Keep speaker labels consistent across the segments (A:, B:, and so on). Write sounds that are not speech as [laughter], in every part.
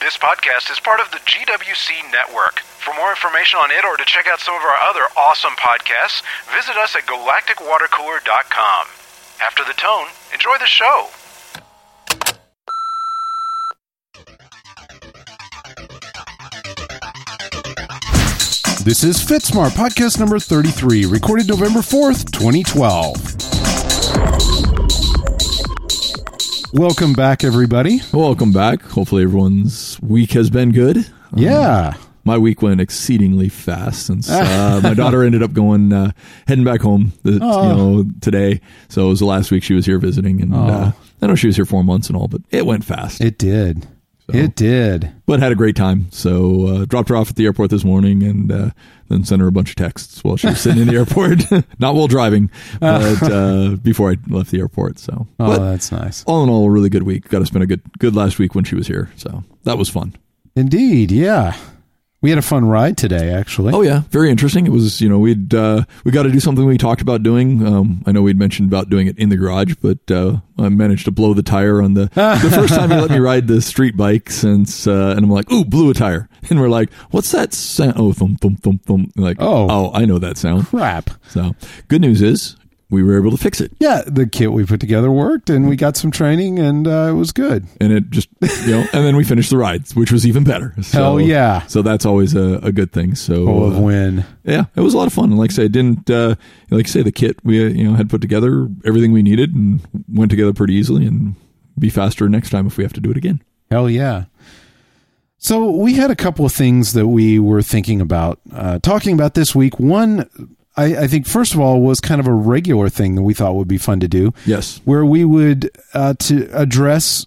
A: This podcast is part of the GWC Network. For more information on it or to check out some of our other awesome podcasts, visit us at galacticwatercooler.com. After the tone, enjoy the show.
B: This is Fitsmart podcast number 33, recorded November 4th, 2012. Welcome back, everybody.
C: Welcome back. Hopefully, everyone's week has been good.
B: Yeah.
C: My week went exceedingly fast since uh, my daughter ended up going uh, heading back home the, you know, today. So it was the last week she was here visiting, and uh, I know she was here four months and all, but it went fast.
B: It did. It did.
C: but had a great time. So uh, dropped her off at the airport this morning, and uh, then sent her a bunch of texts while she was sitting in the airport, [laughs] not while driving, but uh, before I left the airport. So,
B: Oh,
C: but
B: that's nice.
C: all in all, a really good week. Got to spend a good good last week when she was here, so that was fun.
B: Indeed. Yeah. We had a fun ride today, actually.
C: Oh yeah, very interesting. It was you know we'd uh, we got to do something we talked about doing. Um, I know we'd mentioned about doing it in the garage, but uh, I managed to blow the tire on
B: [laughs]
C: the the first time he let me ride the street bike since, uh, and I'm like, ooh, blew a tire, [laughs] and we're like, what's that sound? Oh, thump thump thump thump. And like,
B: Oh.
C: oh, I know that sound.
B: Crap.
C: So good news is we were able to fix it,
B: Yeah, the kit we put together worked, and we got some training, and uh, it was good.
C: and it just you know, and then we finished the ride, which was even better. So,
B: Hell yeah.
C: So that's always a, a good thing. So
B: Oh, of
C: uh,
B: win.
C: yeah, it was a lot of fun. And Like I say, it didn't uh, like I say the kit we uh, you know had put together everything we needed and went together pretty easily and be faster next time if we have to do it again.
B: Hell yeah. So we had a couple of things that we were thinking about uh, talking about this week. One, I, I think, first of all, was kind of a regular thing that we thought would be fun to do.
C: Yes.
B: where we would uh, to address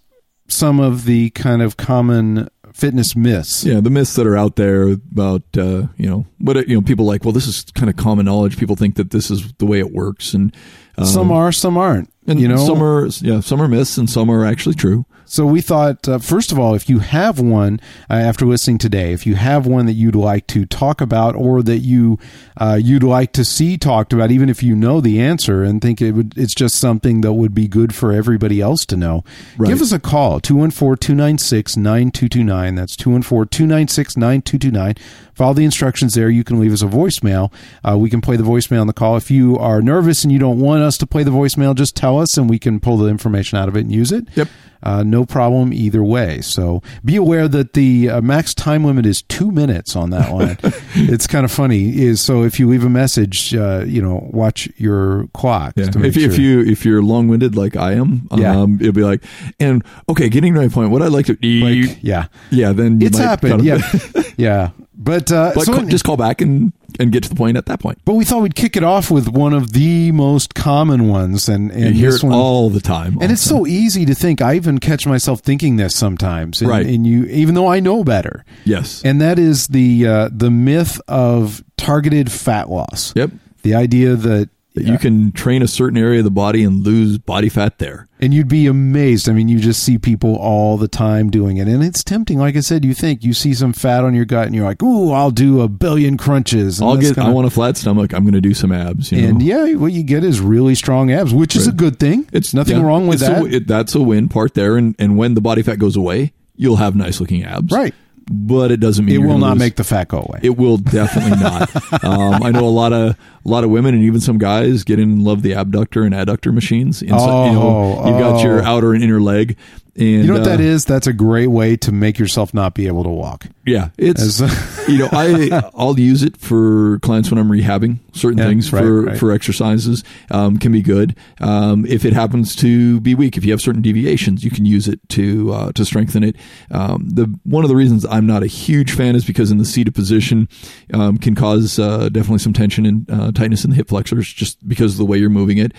B: some of the kind of common fitness myths.
C: Yeah, the myths that are out there about uh, you know what it- you know people like. Well, this is kind of common knowledge. People think that this is the way it works, and um,
B: Some are, some aren't.
C: and
B: you know,
C: some are yeah, some are myths, and some are actually true.
B: So we thought, uh, first of all, if you have one uh, after listening today, if you have one that you'd like to talk about or that you uh, you'd like to see talked about, even if you know the answer and think it would, it's just something that would be good for everybody else to know,
C: Right.
B: give us a call 214-296-9229. That's 214-296-9229. Follow the instructions there. You can leave us a voicemail. Uh, we can play the voicemail on the call. If you are nervous and you don't want us to play the voicemail, just tell us and we can pull the information out of it and use it.
C: Yep.
B: Uh, no problem either way. So be aware that the uh, max time limit is two minutes on that
C: [laughs]
B: line. it's kind of funny. Is so if you leave a message, uh, you know, watch your clock.
C: Yeah.
B: to make
C: If, you if
B: sure.
C: you if you're long winded like I am,
B: Yeah.
C: um, it'll be like and okay, getting to my point. What I like to
B: like, yeah,
C: yeah, then you
B: it's
C: might
B: happened.
C: cut
B: Yeah,
C: it. [laughs]
B: yeah. But uh,
C: but
B: so
C: ca- just call back and and get to the point at that point.
B: but we thought we'd kick it off with one of the most common ones, and and
C: You hear
B: this
C: it
B: one
C: all the time,
B: And it's so easy to think. I even catch myself thinking this sometimes, and,
C: Right.
B: and you, even though I know better.
C: yes,
B: and that is the uh, the myth of targeted fat loss.
C: yep.
B: The idea that,
C: That You can train a certain area of the body and lose body fat there.
B: and you'd be amazed. I mean, you just see people all the time doing it, and it's tempting. Like I said, you think you see some fat on your gut, and you're like, "Ooh, I'll do a billion crunches." And
C: I'll
B: that's
C: get.
B: gonna-
C: I Mm-hmm. want a flat stomach. I'm going to do some abs. You know?
B: And yeah, what you get is really strong abs, which is a good thing. It's nothing
C: yeah,
B: wrong with
C: it's a
B: that.
C: w- it- that's a win part there. And and when the body fat goes away, you'll have nice looking abs.
B: Right.
C: But it doesn't mean
B: it
C: you're
B: will
C: gonna
B: not
C: lose-
B: make the fat go away.
C: It will definitely
B: [laughs]
C: not. um, I know a lot of a lot of women and even some guys get in and love the abductor and adductor machines. Inside, you know,
B: Oh,
C: you've got your
B: oh.
C: outer and inner leg. And
B: you know what
C: uh,
B: that is? That's a great way to make yourself not be able to walk.
C: Yeah, it's
B: [laughs] As-
C: you know I I'll use it for clients when I'm rehabbing certain
B: Yeah,
C: things
B: right,
C: for
B: right.
C: for exercises um, can be good um, if it happens to be weak if you have certain deviations you can use it to uh, to strengthen it um, the one of the reasons I'm not a huge fan is because in the seated position um, can cause uh, definitely some tension and uh, tightness in the hip flexors just because of the way you're moving it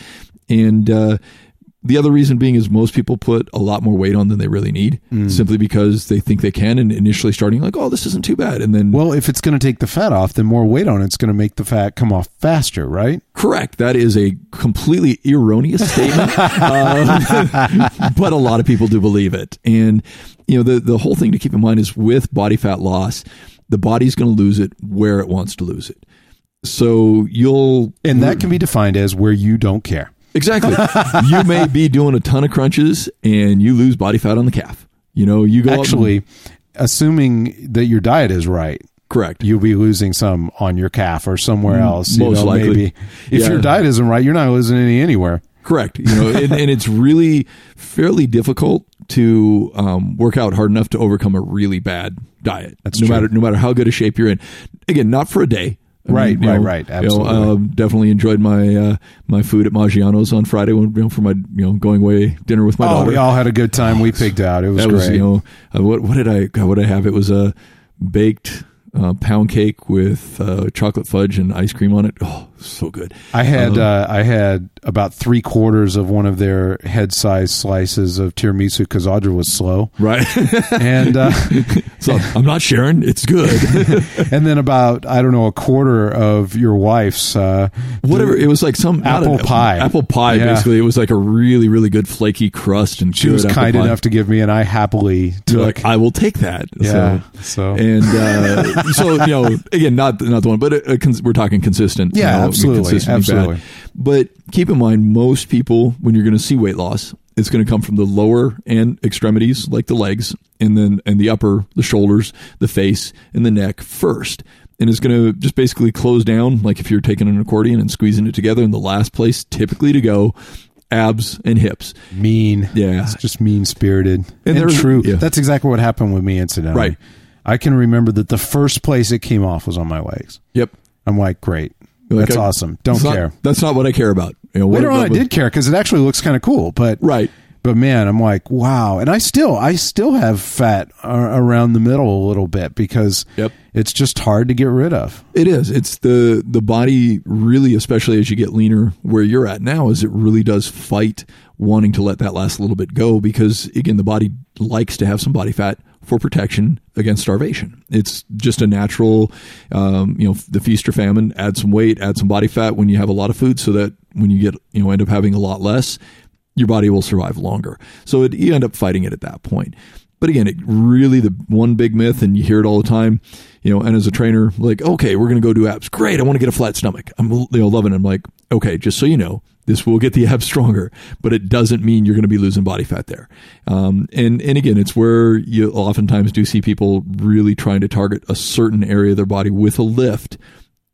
C: and uh, the other reason being is most people put a lot more weight on than they really need simply because they think they can and initially starting like oh this isn't too bad and then
B: Well, if it's going to take the fat off, then more weight on it's going to make the fat come off faster, right?
C: correct that is a completely erroneous statement Um, [laughs] but a lot of people do believe it and you know the the whole thing to keep in mind is with body fat loss the body's going to lose it where it wants to lose it so you'll
B: And that can
C: Mm-hmm.
B: be defined as where you don't care.
C: Exactly. [laughs] you may be doing a ton of crunches and you lose body fat on the calf. You know, you go up and-
B: Actually, assuming that your diet is right.
C: Correct.
B: You'll be losing some on your calf or somewhere else. you
C: Mm, most
B: know,
C: likely.
B: maybe. If
C: Yeah.
B: your diet isn't right, you're not losing any anywhere.
C: Correct. You know, and, and it's really fairly difficult to um, work out hard enough to overcome a really bad diet.
B: That's
C: no
B: true.
C: matter no matter how good a shape you're in. Again, not for a day.
B: Right,
C: you
B: right, right.
C: you
B: Absolutely.
C: um, definitely enjoyed my uh, my food at Maggiano's on Friday when, you know, for my you know going away dinner with my
B: Oh,
C: daughter.
B: we all had a good time. we picked out. It was
C: that
B: great.
C: was you know uh, what what did I God, what did I have? It was a baked uh, pound cake with uh, chocolate fudge and ice cream on it. Oh, so good.
B: I
C: Uh-huh.
B: had uh, I had about three quarters of one of their head sized slices of tiramisu because Audra was slow,
C: Right. [laughs]
B: and uh,
C: so I'm not sharing. It's
B: [laughs]
C: good.
B: and then about I don't know a quarter of your wife's uh,
C: Whatever. It was like some not
B: Apple
C: an-
B: pie.
C: Apple pie.
B: Yeah.
C: Basically, it was like a really really good flaky crust and
B: She was kind enough to give me, and I happily took.
C: like I will take that.
B: Yeah, so.
C: and uh, [laughs] so you know again not not the one, but a, a cons- we're talking consistent.
B: Yeah,
C: you know,
B: absolutely,
C: consistently
B: absolutely.
C: But keep in mind, most people when you're going to see weight loss, it's going to come from the lower and extremities, like the legs, and then and the upper, the shoulders, the face, and the neck first. And it's going to just basically close down, like if you're taking an accordion and squeezing it together. In the last place, typically to go, abs and hips.
B: mean.
C: Yeah.
B: It's just mean spirited. And,
C: And there's-
B: true.
C: yeah.
B: That's exactly what happened with me, incidentally.
C: Right.
B: I can remember that the first place it came off was on my legs.
C: Yep,
B: I'm like, great.
C: Like,
B: that's
C: I-
B: awesome. Don't
C: that's not-
B: care.
C: that's not what I care about. You know, what
B: Later on, I
C: about-
B: did care because it actually looks kind of cool. But
C: Right.
B: But man, I'm like, wow. And I still, I still have fat a- around the middle a little bit because
C: Yep.
B: it's just hard to get rid of.
C: It is. It's the the body really, especially as you get leaner, where you're at now, is it really does fight wanting to let that last little bit go because again, the body likes to have some body fat for protection against starvation. It's just a natural, um, you know, the feast or famine. Add some weight, add some body fat when you have a lot of food, so that when you get you know end up having a lot less, your body will survive longer. So it, you end up fighting it at that point. But again, it really the one big myth, and you hear it all the time, you know. And as a trainer, like, okay, we're going to go do abs. Great, I want to get a flat stomach. I'm you know, loving. It. I'm like, okay, just so you know, this will get the [laughs] abs stronger, but it doesn't mean you're going to be losing body fat there. Um, and and again, it's where you oftentimes do see people really trying to target a certain area of their body with a lift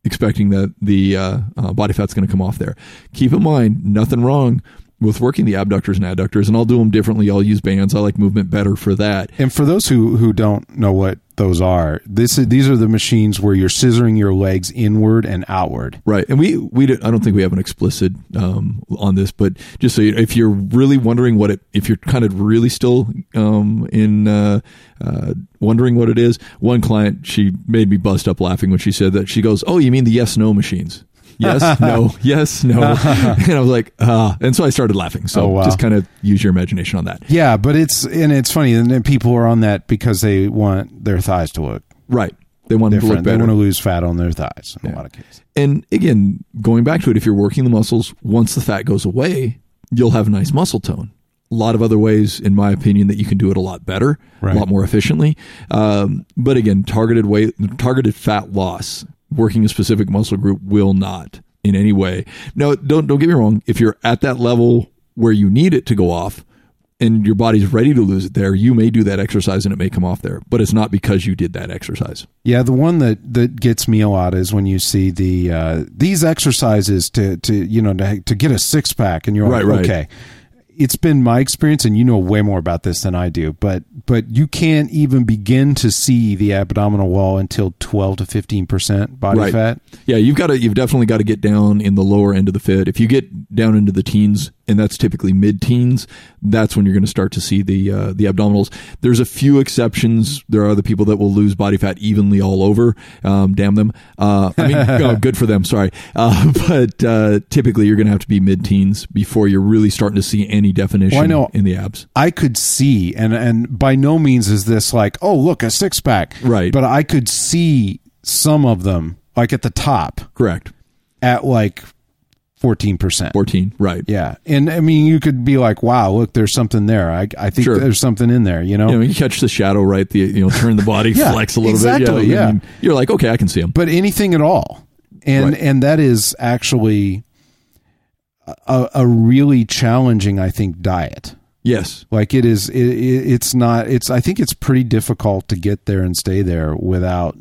C: expecting that the uh, uh, body fat's going to come off there. Keep in mind, nothing wrong with working the abductors and adductors, and I'll do them differently. I'll use bands. I like movement better for that.
B: And for those who, who don't know what those are, this these are the machines where you're scissoring your legs inward and outward.
C: Right, and we we don't, I don't think we have an explicit um, on this, but just so you know, if you're really wondering what it, if you're kind of really still um, in uh, uh, wondering what it is, one client she made me bust up laughing when she said that. She goes, "Oh, you mean the yes no machines?"
B: [laughs]
C: Yes, no, yes, no, and I was like, ah, and so I started laughing. So
B: Oh, wow.
C: just kind of use your imagination on that.
B: Yeah, but it's and it's funny, and then people are on that because they want their thighs to look
C: Right, they want them to look
B: different. They
C: better.
B: want to lose fat on their thighs in a lot of cases.
C: And again, going back to it, if you're working the muscles, once the fat goes away, you'll have a nice muscle tone. A lot of other ways, in my opinion, that you can do it a lot better,
B: Right.
C: a lot more efficiently. Um, but again, targeted weight, targeted fat loss, working a specific muscle group will not in any way. No, don't don't get me wrong. If you're at that level where you need it to go off, and your body's ready to lose it there, you may do that exercise and it may come off there. But it's not because you did that exercise.
B: Yeah, the one that, that gets me a lot is when you see the uh, these exercises to to you know to, to get a six pack, and you're
C: Right,
B: like,
C: right.
B: okay. It's been my experience, and you know way more about this than I do. But but you can't even begin to see the abdominal wall until twelve to fifteen percent body fat.
C: Yeah, you've got to you've definitely got to get down in the lower end of the fit. If you get down into the teens, and that's typically mid teens, that's when you're going to start to see the uh, the abdominals. There's a few exceptions. There are the people that will lose body fat evenly all over. Um, damn them. Uh,
B: [laughs]
C: I mean, oh, good for them. Sorry, uh, [laughs] but uh, typically you're going to have to be mid teens before you're really starting to see any definition
B: Well, I know-
C: in the abs.
B: I could see, and and by no means is this like, oh look, a six pack,
C: Right.
B: But I could see some of them, like at the top,
C: Correct.
B: at like fourteen percent.
C: Fourteen. Right.
B: Yeah, and I mean, you could be like, "Wow, look, there's something there. I, I think
C: Sure.
B: there's something in there." You know,
C: You know, you catch the shadow, right? The you know, turn the body,
B: [laughs] Yeah,
C: flex a little
B: exactly,
C: bit. I
B: yeah.
C: mean, you're like, okay, I can see them.
B: but anything at all, and
C: Right.
B: and that is actually a, a really challenging, I think, diet.
C: Yes.
B: Like it is, it, it, it's not. It's I think it's pretty difficult to get there and stay there without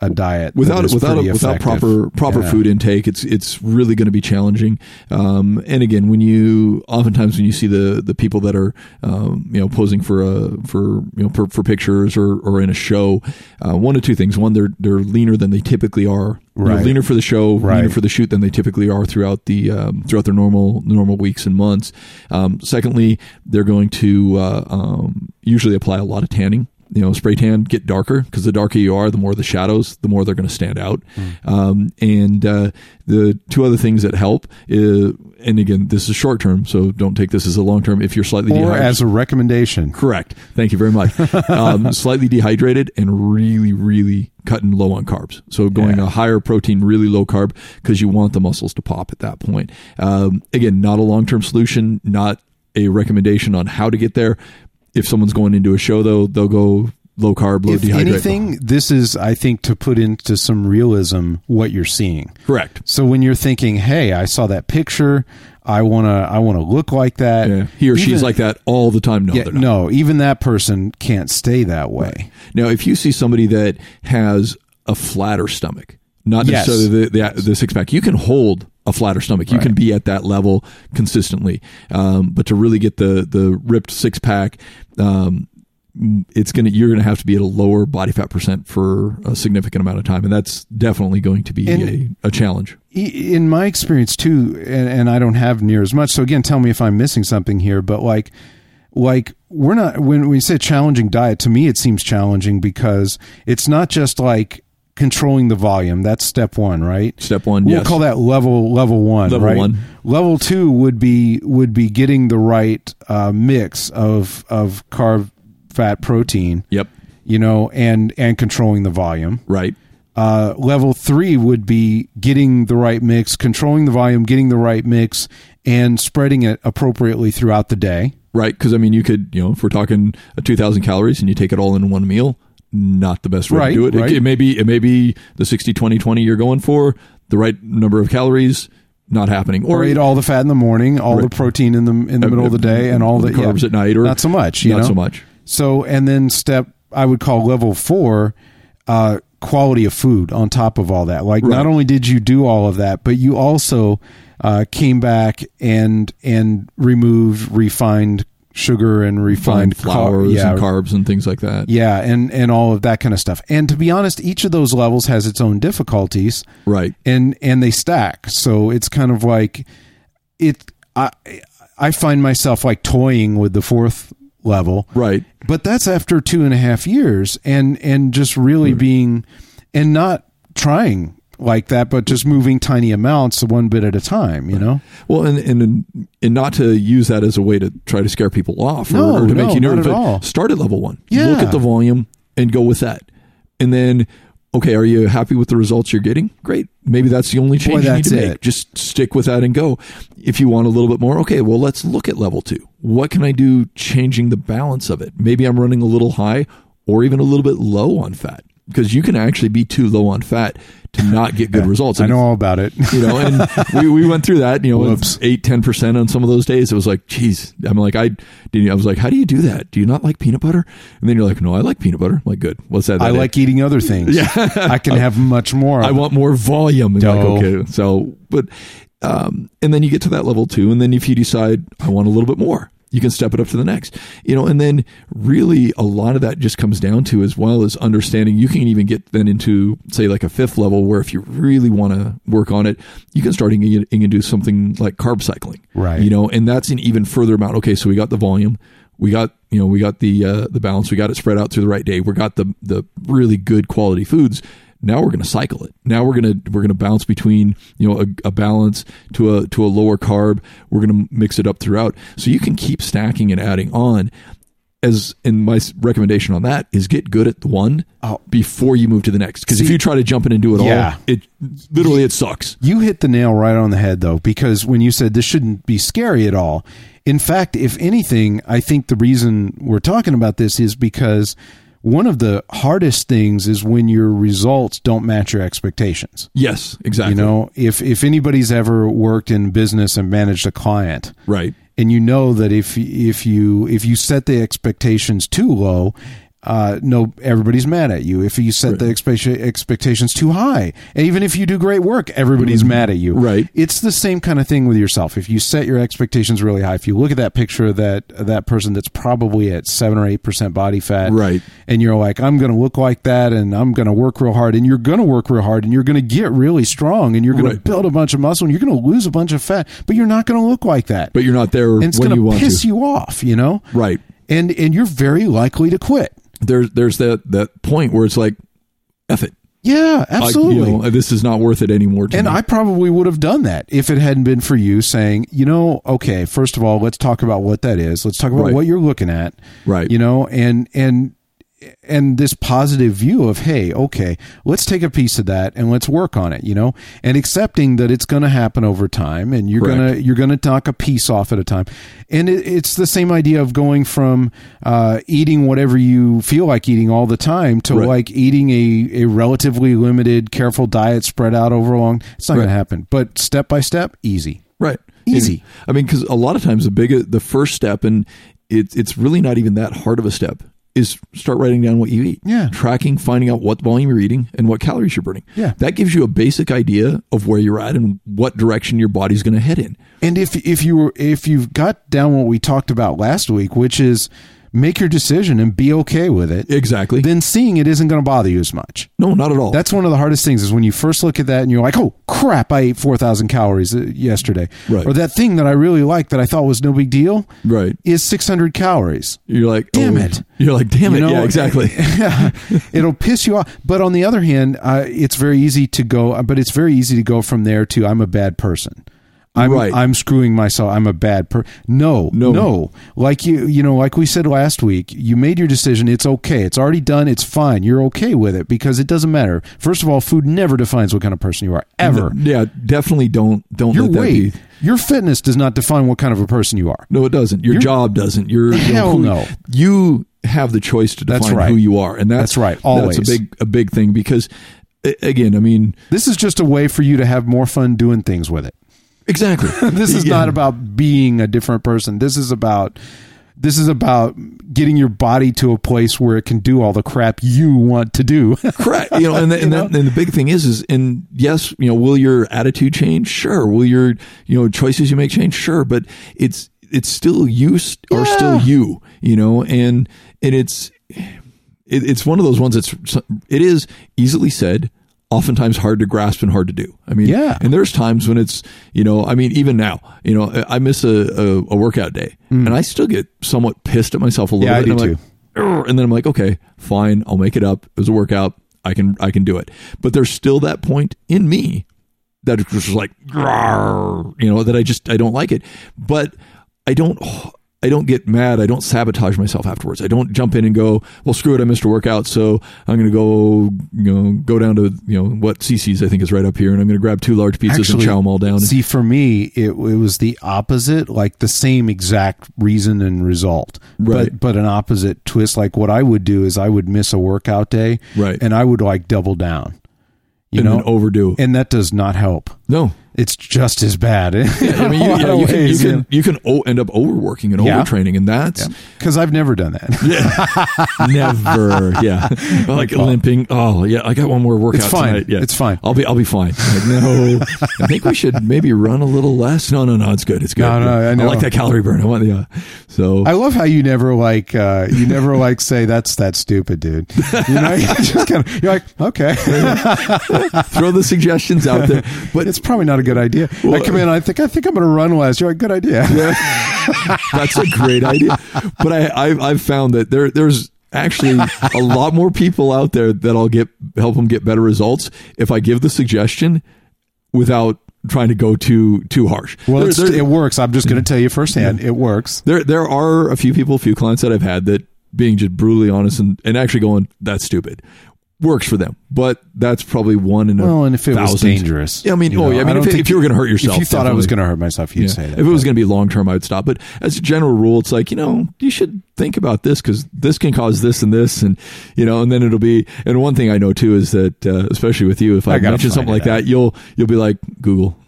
B: a diet
C: without without
B: a,
C: without proper proper
B: Yeah.
C: food intake it's it's really going to be challenging um, and again when you oftentimes when you see the the people that are um, you know posing for a for you know for, for pictures or or in a show uh, one of two things one they're they're leaner than they typically are You know,
B: Right.
C: leaner for the show leaner
B: Right.
C: for the shoot than they typically are throughout the um, throughout their normal normal weeks and months um, secondly they're going to uh, um, usually apply a lot of tanning you know spray tan get darker because the darker you are the more the shadows the more they're going to stand out
B: Hmm.
C: um, and uh, the two other things that help is, and again this is short term so don't take this as a long term if you're slightly
B: or
C: dehydrated
B: as a recommendation.
C: correct thank you very
B: [laughs]
C: much um, slightly dehydrated and really really cutting low on carbs so going
B: Yeah.
C: a higher protein really low carb because you want the muscles to pop at that point um, again not a long-term solution not a recommendation on how to get there if someone's going into a show though they'll go low carb low
B: If
C: dehydrated
B: anything, this is I think to put into some realism what you're seeing.
C: correct
B: So when you're thinking, "Hey, I saw that picture. I wanna, I wanna look like that."
C: Yeah. Uh, He or she's
B: Even-
C: like that all the time. No,
B: Yeah,
C: they're not.
B: no, even that person can't stay that way.
C: Now, if you see somebody that has a flatter stomach, not
B: Yes.
C: necessarily the, the, the six pack, you can hold a flatter stomach. You can be at that level consistently. Um, but to really get the, the ripped six pack, um, it's gonna you're gonna have to be at a lower body fat percent for a significant amount of time, and that's definitely going to be
B: And-
C: a, a challenge.
B: E- in my experience too and, and i don't have near as much so again tell me if i'm missing something here but like like we're not when we say challenging diet to me it seems challenging because it's not just like controlling the volume that's step one right
C: Step one,
B: we'll
C: yes.
B: call that level level one
C: Level
B: right
C: one.
B: level two would be would be getting the right uh, mix of of carb fat protein
C: Yep,
B: you know and and controlling the volume
C: right.
B: uh, level three would be getting the right mix, controlling the volume, getting the right mix, and spreading it appropriately throughout the day.
C: Right, because I mean, you could, you know, if we're talking a two thousand calories and you take it all in one meal, not the best way
B: Right,
C: to do it. It-
B: right.
C: It, may be, it may be the 60, 20, 20 you're going for, the right number of calories, not happening,
B: Or eat all the fat in the morning, all
C: Right.
B: the protein in the in the
C: Uh,
B: middle of the day, and all the, yeah,
C: carbs at night, or
B: not so much. You
C: not
B: know?
C: so much.
B: So, and then step I would call level four, uh, quality of food on top of all that. Like, not only did you do all of that, but you also uh, came back and and removed refined sugar and refined
C: Find
B: car-
C: flours
B: yeah,
C: and carbs and things like that.
B: Yeah, and and all of that kind of stuff. And to be honest, each of those levels has its own difficulties,
C: Right.
B: and and they stack. So it's kind of like it. I I find myself like toying with the fourth level,
C: Right.
B: but that's after two and a half years, and and just really
C: Hmm.
B: being and not trying like that, but just moving tiny amounts one bit at a time. You know,
C: Well, and, and and not to use that as a way to try to scare people off or,
B: No,
C: or to
B: no,
C: make you
B: not
C: nervous.
B: at
C: but
B: all.
C: Start at level one.
B: Yeah.
C: Look at the volume and go with that. And then, okay, are you happy with the results you're getting? Great. Maybe that's the only change you need
B: that's
C: to make.
B: it.
C: Just stick with that and go. If you want a little bit more, okay, well, let's look at level two. What can I do changing the balance of it? Maybe I'm running a little high or even a little bit low on fat because you can actually be too low on fat to not
B: [laughs]
C: get good results.
B: I
C: And
B: know all about
C: [laughs]
B: it.
C: you know and we, we went through that you know
B: Whoops.
C: it's 8 10% on some of those days it was like geez i'm like i didn't i was like how do you do that do you not like peanut butter and then you're like no i like peanut butter I'm like good what's that
B: I
C: in.
B: like eating other things. Yeah. [laughs] I can have much more.
C: i
B: of it.
C: want more volume and like,
B: Duh.
C: okay so but um and then you get to that level too and then if you decide i want a little bit more you can step it up to the next you know and then really a lot of that just comes down to as well as understanding you can even get then into say like a fifth level where if you really want to work on it you can start getting into something like carb cycling
B: Right.
C: you know and that's an even further amount okay so we got the volume we got you know we got the uh, the balance we got it spread out through the right day we got the the really good quality foods now we're going to cycle it now we're going to we're going to bounce between you know a, a balance to a to a lower carb we're going to mix it up throughout so you can keep stacking and adding on as and my s- recommendation on that is get good at the one
B: Oh.
C: before you move to the next because if
B: See-
C: you try to jump in and do it
B: Yeah.
C: all it literally it sucks
B: You hit the nail right on the head, though, because when you said this shouldn't be scary at all, in fact, if anything, I think the reason we're talking about this is because one of the hardest things is when your results don't match your expectations.
C: yes exactly
B: You know, if if anybody's ever worked in business and managed a client,
C: right
B: and you know that if if you if you set the expectations too low uh, no, everybody's mad at you. If you set
C: Right.
B: the expectation, expectations too high, and even if you do great work, everybody's mad at you.
C: Mm-hmm. Right.
B: It's the same kind of thing with yourself. If you set your expectations really high, if you look at that picture of that that person that's probably at seven or eight percent body fat,
C: Right.
B: and you're like, I'm going to look like that, and I'm going to work real hard, and you're going to work real hard, and you're going to get really strong, and you're going
C: Right.
B: to build a bunch of muscle, and you're going to lose a bunch of fat, but you're not going to look like that.
C: but you're not there
B: and it's
C: when
B: gonna
C: you want
B: piss
C: to.
B: you off, you know?
C: Right.
B: And and you're very likely to quit.
C: There's there's that that point where it's like, F it.
B: Yeah,
C: Like,
B: absolutely.
C: you know, this is not worth it anymore. To
B: and
C: me.
B: I probably would have done that if it hadn't been for you saying, you know, okay, first of all, let's talk about what that is. Let's talk about
C: Right.
B: what you're looking at.
C: Right.
B: You know, and and and this positive view of, hey, okay, let's take a piece of that and let's work on it, you know? And accepting that it's gonna happen over time and you're
C: Correct.
B: gonna you're going to knock a piece off at a time. And it, it's the same idea of going from uh, eating whatever you feel like eating all the time to
C: Right.
B: like eating a, a relatively limited, careful diet spread out over long. It's not going
C: Right.
B: to happen. But step by step, easy.
C: Right.
B: Easy.
C: And, I mean, because a lot of times the big, the first step, and it's it's really not even that hard of a step, is start writing down what you eat.
B: Yeah.
C: Tracking, finding out what volume you're eating and what calories you're burning.
B: Yeah.
C: That gives you a basic idea of where you're at and what direction your body's going to head in.
B: And if if you were if you've got down what we talked about last week, which is make your decision and be okay with it,
C: Exactly.
B: then seeing it isn't going to bother you as much.
C: no, not at all.
B: That's one of the hardest things is when you first look at that and you're like, oh crap, I ate 4,000 calories uh, yesterday.
C: Right.
B: Or that thing that I really liked that I thought was no big deal
C: right.
B: is 600 calories.
C: You're like,
B: Damn
C: oh.
B: it.
C: You're like, damn
B: You
C: it.
B: know?
C: yeah, exactly.
B: Yeah. [laughs] It'll piss you off. But on the other hand, uh, it's very easy to go, uh, but it's very easy to go from there to I'm a bad person. I'm,
C: Right.
B: I'm screwing myself. I'm a bad person. No,
C: No.
B: no, no. Like you, you know, like we said last week, you made your decision. It's okay. It's already done. It's fine. You're okay with it because it doesn't matter. First of all, food never defines what kind of person you are ever.
C: yeah, definitely don't don't
B: your
C: let that
B: weight,
C: be.
B: your fitness does not define what kind of a person you are.
C: No, it doesn't. Your
B: You're-
C: job doesn't. Your your
B: Hell
C: who-
B: no.
C: You have the choice to define
B: That's right.
C: who you are, and
B: That's
C: that's,
B: right,
C: That's
B: always.
C: a big a big thing because, a- again, I mean,
B: This is just a way for you to have more fun doing things with it.
C: exactly.
B: [laughs] This is
C: Yeah.
B: not about being a different person. This is about this is about getting your body to a place where it can do all the crap you want to do. [laughs]
C: [laughs] correct. You know, and the, and, that, and the big thing is, is and yes, you know, will your attitude change? Sure. Will your you know choices you make change? Sure. But it's it's still you st- are still you. You know, and and it's it, it's one of those ones that's it is easily said oftentimes hard to grasp and hard to do i mean
B: Yeah.
C: and there's times when it's you know i mean even now you know I- i miss a, a, a workout day and i still get somewhat pissed at myself a little
B: Yeah, I
C: bit and
B: do
C: I'm like, "Arr," and then i'm like okay fine i'll make it up it was a workout i can i can do it but there's still that point in me that is just like "Grrr," you know that i just i don't like it but i don't i don't get mad i don't sabotage myself afterwards i don't jump in and go well screw it i missed a workout so i'm going to go you know go down to you know what cc's i think is right up here and i'm going to grab two large pizzas and chow them all down
B: See, for me, it, it was the opposite, like the same exact reason and result,
C: Right.
B: But but an opposite twist. Like what I would do is I would miss a workout day,
C: Right.
B: and I would like double down, you
C: and
B: know,
C: then overdo
B: and that does not help.
C: no
B: It's just as bad. [laughs]
C: i mean you, yeah, you can, you can, you can o- end up overworking and
B: Yeah.
C: overtraining and that's
B: because I've never done that. [laughs]
C: never yeah like limping oh yeah i got one more workout
B: uh, It's fine.
C: tonight. yeah
B: It's fine.
C: i'll be i'll be fine like, no i think we should maybe run a little less no no no it's good it's good
B: No, no, I know.
C: like that calorie burn i want the uh, so
B: I love how you never like uh, you never like say that's that stupid, dude. You know, [laughs] you just kind of you're like okay,
C: throw the suggestions
B: [laughs]
C: out there but
B: it's probably not a good idea. I come in, I think I think I'm going to run less. You're like good idea.
C: That's a great idea. But I, I I've found that there there's actually a lot more people out there that I'll get help them get better results if I give the suggestion without trying to go too too harsh.
B: [laughs] Well,
C: There-
B: it's,
C: there-
B: it works. I'm just going to tell you firsthand, it works.
C: there there are a few people, a few clients that I've had that being just brutally honest and, and actually going, that's stupid. Works for them, but that's probably one in a
B: Well, and if it was
C: thousand.
B: dangerous,
C: yeah, I mean,
B: you
C: oh,
B: know,
C: yeah, I mean,
B: don't
C: if, it-
B: think
C: if you were going to hurt yourself,
B: if you thought I was
C: definitely.
B: going to hurt myself, you'd
C: Yeah.
B: say that.
C: If it was
B: but-
C: going to be long term, I would stop. But as a general rule, it's like you know you should think about this because this can cause this and this, and you know, and then it'll be. And one thing I know too is that uh, especially with you, if I,
B: I gotta
C: mention
B: find
C: something
B: it
C: like
B: out.
C: that, you'll you'll be like Google. [laughs]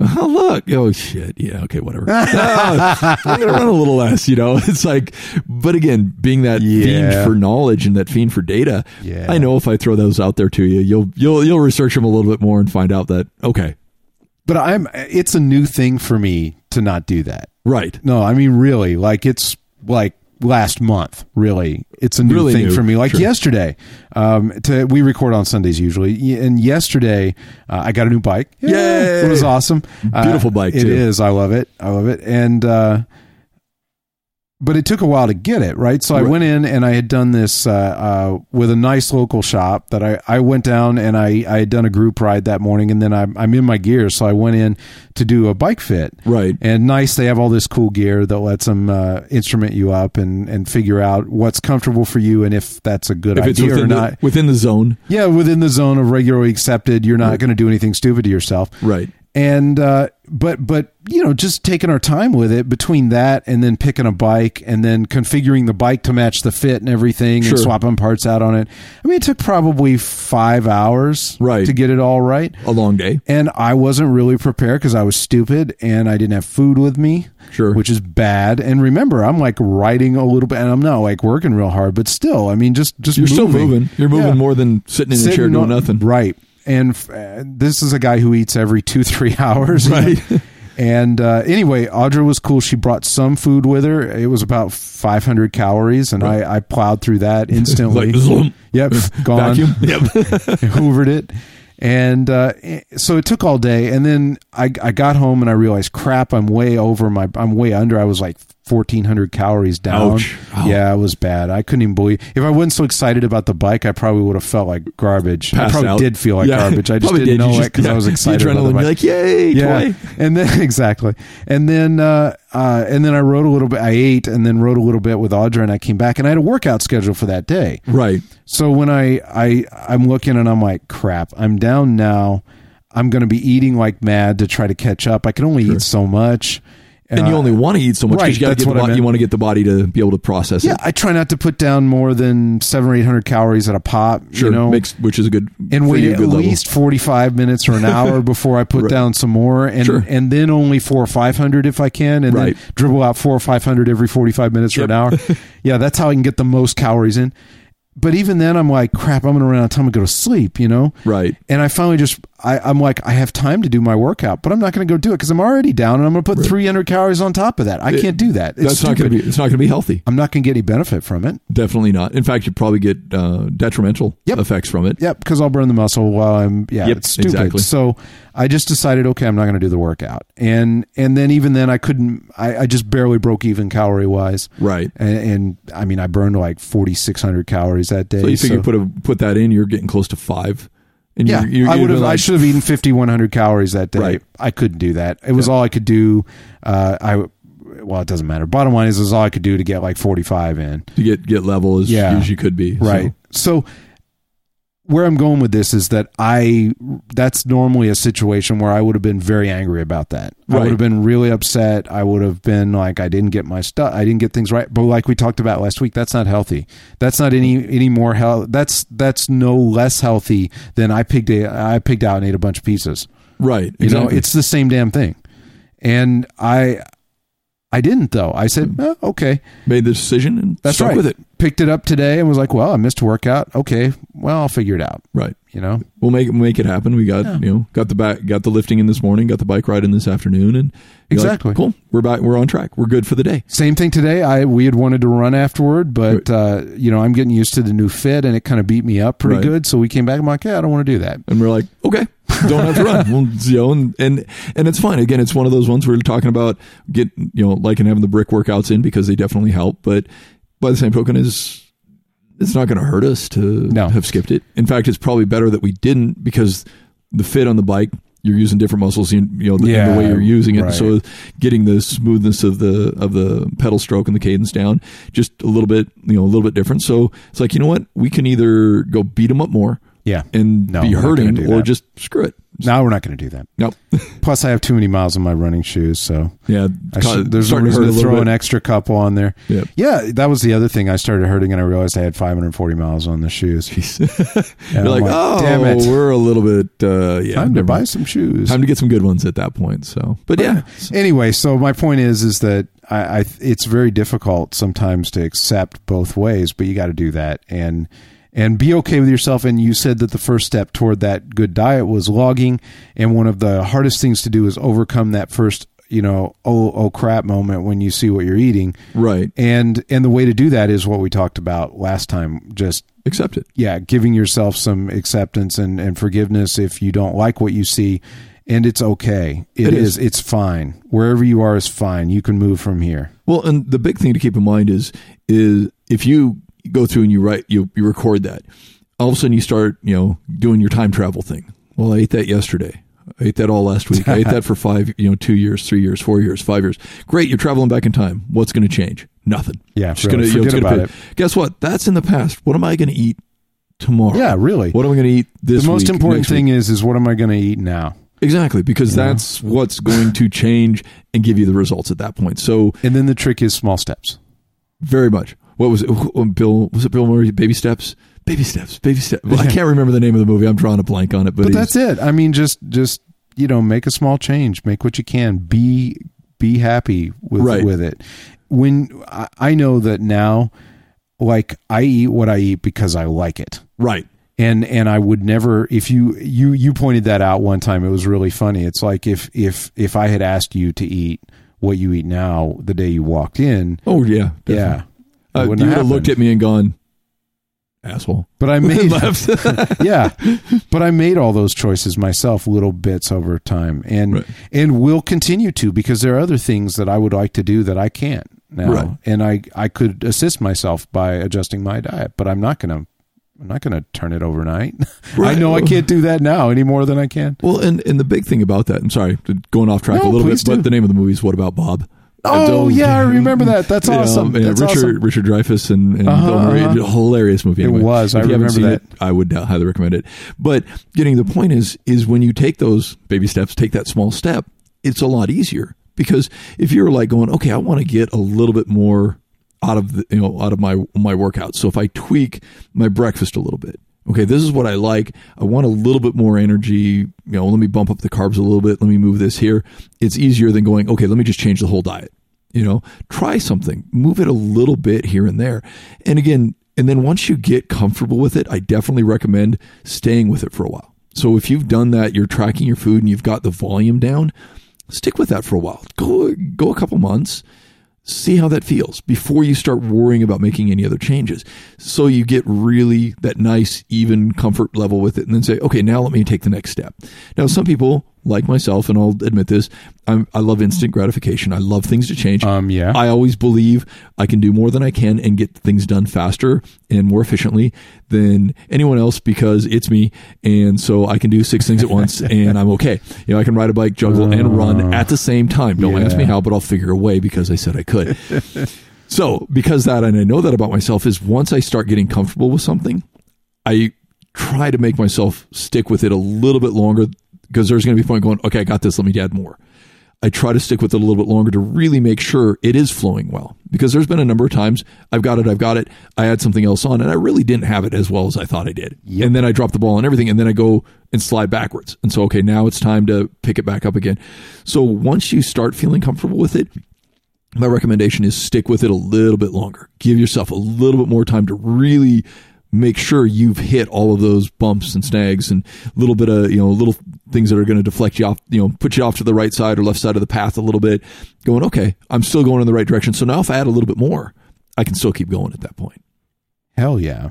C: Oh, look. Oh, shit. Yeah.
B: [laughs]
C: Okay. Whatever. Oh, I'm going to run a little less, you know? [laughs] It's like, but again, being that
B: Yeah.
C: fiend for knowledge and that fiend for data,
B: Yeah.
C: I know if I throw those out there to you, you'll, you'll, you'll research them a little bit more and find out that, okay,
B: But I'm it's a new thing for me to not do that.
C: right.
B: No, I mean really, like it's like last month. Really, it's a new
C: Really
B: thing
C: new,
B: for me. Like
C: sure.
B: yesterday, um, to, we record on Sundays usually, y- and yesterday uh, I got a new bike.
C: Yay!
B: It was awesome. Uh,
C: Beautiful bike,
B: It
C: too.
B: is. I love it. I love it. And uh, but it took a while to get it right. So I
C: Right.
B: went in and I had done this uh, uh, with a nice local shop that I, I went down and I, I had done a group ride that morning, and then I'm, I'm in my gear, so I went in to do a bike fit.
C: Right.
B: And nice, they have all this cool gear that lets them uh, instrument you up and, and figure out what's comfortable for you and if that's a good
C: If it's
B: idea or
C: within
B: not.
C: the, within the zone.
B: yeah, within the zone of regularly accepted, you're not going to do anything stupid to yourself
C: Right.
B: and uh, but but you know just taking our time with it between that and then picking a bike and then configuring the bike to match the fit and everything
C: Sure.
B: and swapping parts out on it i mean it took probably five hours
C: Right.
B: to get it all right
C: A long day.
B: and i wasn't really prepared because i was stupid and i didn't have food with me
C: Sure.
B: which is bad and remember i'm like riding a little bit and i'm not like working real hard but still i mean just just
C: You're still moving. You're moving
B: Yeah
C: more than sitting in a chair
B: sitting
C: doing
B: on-
C: nothing.
B: Right. And f- uh, this is a guy who eats every two, [laughs] three hours. you know?
C: Right.
B: [laughs] and uh, anyway, Audra was cool. She brought some food with her. It was about 500 calories, and I, I plowed through that instantly.
C: [laughs] Like, zoom. [laughs]
B: Yep, gone. [laughs]
C: Vacuum. Yep.
B: Hoovered it. And uh, eh, so it took all day, and then I, I got home and I realized, crap, I'm way over my, I'm way under. I was like 1,400 calories down.
C: Ouch. Wow.
B: Yeah, it was bad. I couldn't even believe. If I wasn't so excited about the bike, I probably would have felt like garbage. I
C: Passed
B: probably
C: out.
B: did feel like
C: Yeah.
B: garbage.
C: [laughs]
B: I just
C: Probably
B: didn't
C: did. You
B: know it
C: just-
B: because
C: yeah.
B: I was
C: The
B: excited. about the
C: adrenaline,
B: bike.
C: you're like, yay, toy.
B: and then [laughs] exactly, and then uh, uh, and then I rode a little bit. I ate and then rode a little bit with Audra, and I came back and I had a workout schedule for that day.
C: Right.
B: So when I I I'm looking and I'm like, crap, I'm down now. I'm going to be eating like mad to try to catch up. I can only eat so much. Uh,
C: And you only want to eat so much
B: right,
C: because you got
B: that's
C: to get
B: what
C: the
B: I
C: body,
B: meant.
C: you want to get the body to be able to process
B: Yeah,
C: it.
B: I try not to put down more than seven or eight hundred calories at a pop.
C: Sure.
B: you know,
C: Makes- which is a good
B: and
C: for
B: wait
C: you, a
B: at
C: good level.
B: least 45 minutes or
C: [laughs]
B: an hour before I put
C: Right.
B: down some more and
C: Sure.
B: and then only 4 or 500 if I can and
C: Right.
B: then dribble out 4 or 500 every 45 minutes or an
C: [laughs]
B: hour. yeah, that's how I can get the most calories in. But even then I'm like crap, I'm going to run out of time to go to sleep, you know?
C: Right.
B: And I finally just I, I'm like I have time to do my workout, but I'm not going to go do it cuz I'm already down and I'm going to put 300 calories on top of that. I can't do that. It's
C: That's not
B: stupid.
C: going to be. It's not going to be healthy.
B: I'm not going to get any benefit from it.
C: Definitely not. In fact, you probably get uh, detrimental
B: Yep.
C: effects from it.
B: Yep, because I'll burn the muscle while I'm yeah,
C: Yep,
B: it's stupid.
C: exactly.
B: So I just decided, okay, I'm not going to do the workout, and and then even then I couldn't. I, I just barely broke even calorie wise,
C: Right.
B: and, and I mean I burned like 4,600 calories that day.
C: So you figure put a, put that in, you're getting close to five. And
B: yeah,
C: you're, you're
B: I
C: gonna
B: would
C: be
B: have. I
C: like,
B: should have eaten 5,100 calories that day.
C: Right.
B: I couldn't do that. It was all I could do. Uh, I well, it doesn't matter. Bottom line is, it was all I could do to get like 45 in.
C: to get get level as
B: Yeah.
C: as you could be. So-
B: right so, where i'm going with this is that i that's normally a situation where i would have been very angry about that i
C: Right.
B: would have been really upset i would have been like i didn't get my stuff i didn't get things right but like we talked about last week that's not healthy that's not any any more health that's that's no less healthy than i picked a, i picked out and ate a bunch of pieces
C: Right.
B: you
C: Exactly.
B: know it's the same damn thing and i i didn't though i said
C: Mm-hmm.
B: "Eh, okay
C: made the decision and
B: that's
C: stuck
B: right.
C: with it.
B: Picked it up today and was like, well, I missed a workout. Okay, well, I'll figure it out.
C: Right.
B: You know,
C: We'll make make it happen. We got you know got the back got the lifting in this morning, got the bike ride in this afternoon, and you're like,
B: Exactly.
C: cool. We're back. We're on track. We're good for the day.
B: same thing today. I we had wanted to run afterward, but uh, you know, I'm getting used to the new fit and it kind of beat me up pretty
C: Right.
B: good. So we came back. I'm like, yeah, I don't want to do that.
C: and we're like, okay, don't have
B: [laughs]
C: to run. Well, you know, and, and and it's fine. Again, it's one of those ones we're talking about get you know liking having the brick workouts in because they definitely help. But by the same token, is it's not going to hurt us to
B: No.
C: have skipped it. In fact, it's probably better that we didn't because the fit on the bike. You're using different muscles, you you know, the, and
B: Yeah,
C: the way you're using it.
B: right.
C: So, getting the smoothness of the of the pedal stroke and the cadence down, just a little bit, you know, a little bit different. So it's like, you know what? We can either go beat them up more,
B: Yeah.
C: and
B: No,
C: be
B: we're not gonna
C: hurting
B: do
C: or
B: that.
C: just screw it
B: No, we're not going to do that.
C: Nope. [laughs]
B: Plus, I have too many miles on my running shoes, so
C: Yeah.
B: I
C: ca-
B: should, there's no
C: starting to
B: reason to
C: hurt a little
B: throw an
C: [laughs] bit.
B: extra couple on there.
C: Yeah.
B: Yeah, that was the other thing. I started hurting, and I realized I had 540 miles on the shoes.
C: You're
B: I'm
C: like,
B: like,
C: oh,
B: damn it.
C: we're a little bit. Uh, yeah,
B: Time to
C: never
B: buy
C: mind.
B: some shoes.
C: Time to get some good ones at that point. So, but yeah, so-
B: anyway, so my point is, is that I, I it's very difficult sometimes to accept both ways, but you got to do that and and be okay with yourself. And you said that the first step toward that good diet was logging, and one of the hardest things to do is overcome that first, you know, oh oh crap moment when you see what you're eating.
C: right.
B: And and the way to do that is what we talked about last time. Just
C: Accept it.
B: yeah, giving yourself some acceptance and, and forgiveness if you don't like what you see. And it's okay.
C: It
B: it
C: is.
B: is. It's fine. Wherever you are is fine. You can move from here.
C: Well, and the big thing to keep in mind is is if you go through and you write you you record that, all of a sudden you start you know doing your time travel thing. Well, I ate that yesterday. I ate that all last week. I ate that for five, you know, two years, three years, four years, five years. Great, you're traveling back in time. What's going to change? Nothing.
B: Yeah,
C: just
B: really.
C: gonna, you know,
B: Forget
C: it's gonna
B: about
C: be- Guess what? That's in the past. What am I going to eat tomorrow?
B: Yeah, really.
C: What am I going to eat this?
B: the most
C: week,
B: important
C: next week?
B: thing is is what am I going to eat now?
C: exactly, because that's what's going to change and give you the results at that point. So
B: And then the trick is small steps.
C: Very much. What was it? When Bill was it Bill Murray? Baby steps. Baby steps. Baby steps. Well, I can't remember the name of the movie. I'm drawing a blank on it. But,
B: But
C: he's-
B: that's it. I mean, just just you know, make a small change. Make what you can. Be be happy with
C: Right.
B: with it. When I, I know that now, like I eat what I eat because I like it.
C: right.
B: and and I would never if you you you pointed that out one time it was really funny it's like if if if I had asked you to eat what you eat now the day you walked in
C: Oh yeah. definitely.
B: yeah
C: Uh,
B: it
C: you would
B: wouldn't
C: have
B: happen.
C: looked at me and gone, asshole.
B: [laughs] but I
C: [laughs]
B: made
C: Left.
B: yeah but I made all those choices myself little bits over time and
C: Right.
B: and will continue to because there are other things that I would like to do that I can't now
C: Right.
B: and I I could assist myself by adjusting my diet but I'm not going to I'm not going to turn it overnight. [laughs]
C: Right.
B: I know I can't do that now any more than I can.
C: well, and and the big thing about that. I'm sorry, going off track
B: No,
C: a little bit.
B: please do.
C: But the name of the movie is What About Bob?
B: Oh,
C: Adele-
B: yeah, I remember that. That's
C: Yeah, um,
B: awesome.
C: yeah,
B: That's
C: Richard
B: awesome.
C: Richard Dreyfuss and, and
B: Uh-huh,
C: Bill Murray.
B: uh-huh.
C: Hilarious movie.
B: It
C: anyway.
B: was. I
C: If you haven't
B: remember
C: seen
B: that.
C: it, I would uh, highly recommend it. But getting the point is, is when you take those baby steps, take that small step, it's a lot easier because if you're like going, okay, I want to get a little bit more out of the, you know out of my my workout. So if I tweak my breakfast a little bit. Okay, this is what I like. I want a little bit more energy. You know, let me bump up the carbs a little bit. Let me move this here. It's easier than going, okay, let me just change the whole diet you know try something move it a little bit here and there and again and then once you get comfortable with it i definitely recommend staying with it for a while so if you've done that you're tracking your food and you've got the volume down stick with that for a while go go a couple months see how that feels before you start worrying about making any other changes so you get really that nice even comfort level with it and then say okay now let me take the next step now some people like myself and i'll admit this I'm, i love instant gratification i love things to change
B: Um, yeah.
C: i always believe i can do more than i can and get things done faster and more efficiently than anyone else because it's me and so i can do six things
B: [laughs]
C: at once and i'm okay you know i can ride a bike juggle and run at the same time don't ask me
B: Uh, Yeah.
C: how how, but I'll figure a way because I said
B: [laughs]
C: I could. so, because that, and I know that about myself, is once I start getting comfortable with something, I try to make myself stick with it a little bit longer because there's going to be a point going, okay, I got this. Let me add more. I try to stick with it a little bit longer to really make sure it is flowing well because there's been a number of times I've got it, I've got it, I add something else on, and I really didn't have it as well as I thought I did. And then I drop the ball on everything, and then I go and slide backwards. And so, okay, now it's time to pick it back up again. So once you start feeling comfortable with it, my recommendation is stick with it a little bit longer. Give yourself a little bit more time to really make sure you've hit all of those bumps and snags and a little bit of, you know, little things that are going to deflect you off, you know, put you off to the right side or left side of the path a little bit. Going, okay, I'm still going in the right direction. So now if I add a little bit more, I can still keep going at that point.
B: Hell yeah.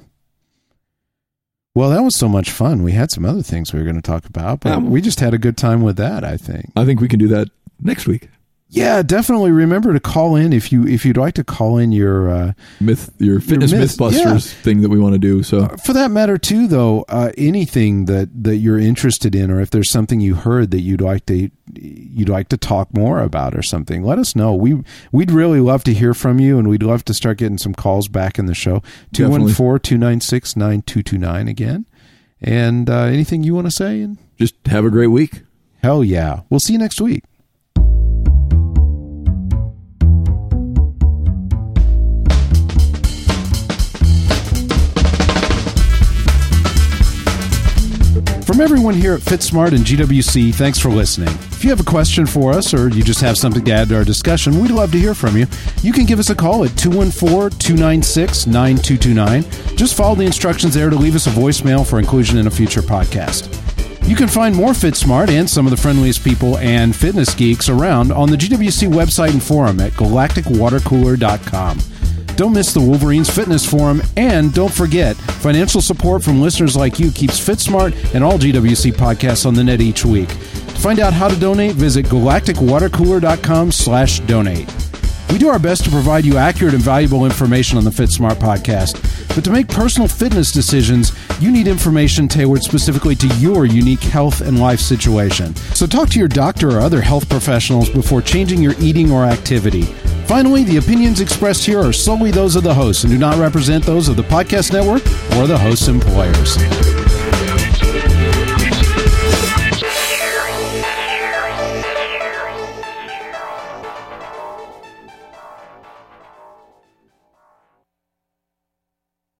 B: Well, that was so much fun. We had some other things we were going to talk about, but
C: Um,
B: we just had a good time with that, I think.
C: I think we can do that next week.
B: Yeah, definitely remember to call in if you if you'd like to call in your uh
C: Myth, Uh, your fitness
B: myths,
C: mythbusters thing that we want to do. So
B: for that matter too though, uh anything that that you're interested in or if there's something you heard that you'd like to you'd like to talk more about or something, let us know. We we'd really love to hear from you and we'd love to start getting some calls back in the show.
C: Definitely.
B: 214-296-9229 again. And uh, anything you want to say? And
C: Just have a great week.
B: hell yeah. We'll see you next week. From everyone here at FitSmart and GWC, thanks for listening. If you have a question for us or you just have something to add to our discussion, we'd love to hear from you. You can give us a call at 214 296 9229. Just follow the instructions there to leave us a voicemail for inclusion in a future podcast. You can find more FitSmart and some of the friendliest people and fitness geeks around on the GWC website and forum at galacticwatercooler.com. Don't miss the Wolverines Fitness Forum, and don't forget, financial support from listeners like you keeps FitSmart and all GWC podcasts on the net each week. To find out how to donate, visit galacticwatercooler.com slash donate. We do our best to provide you accurate and valuable information on the FitSmart podcast, but to make personal fitness decisions, you need information tailored specifically to your unique health and life situation. So talk to your doctor or other health professionals before changing your eating or activity. Finally, the opinions expressed here are solely those of the hosts and do not represent those of the podcast network or the host's employers.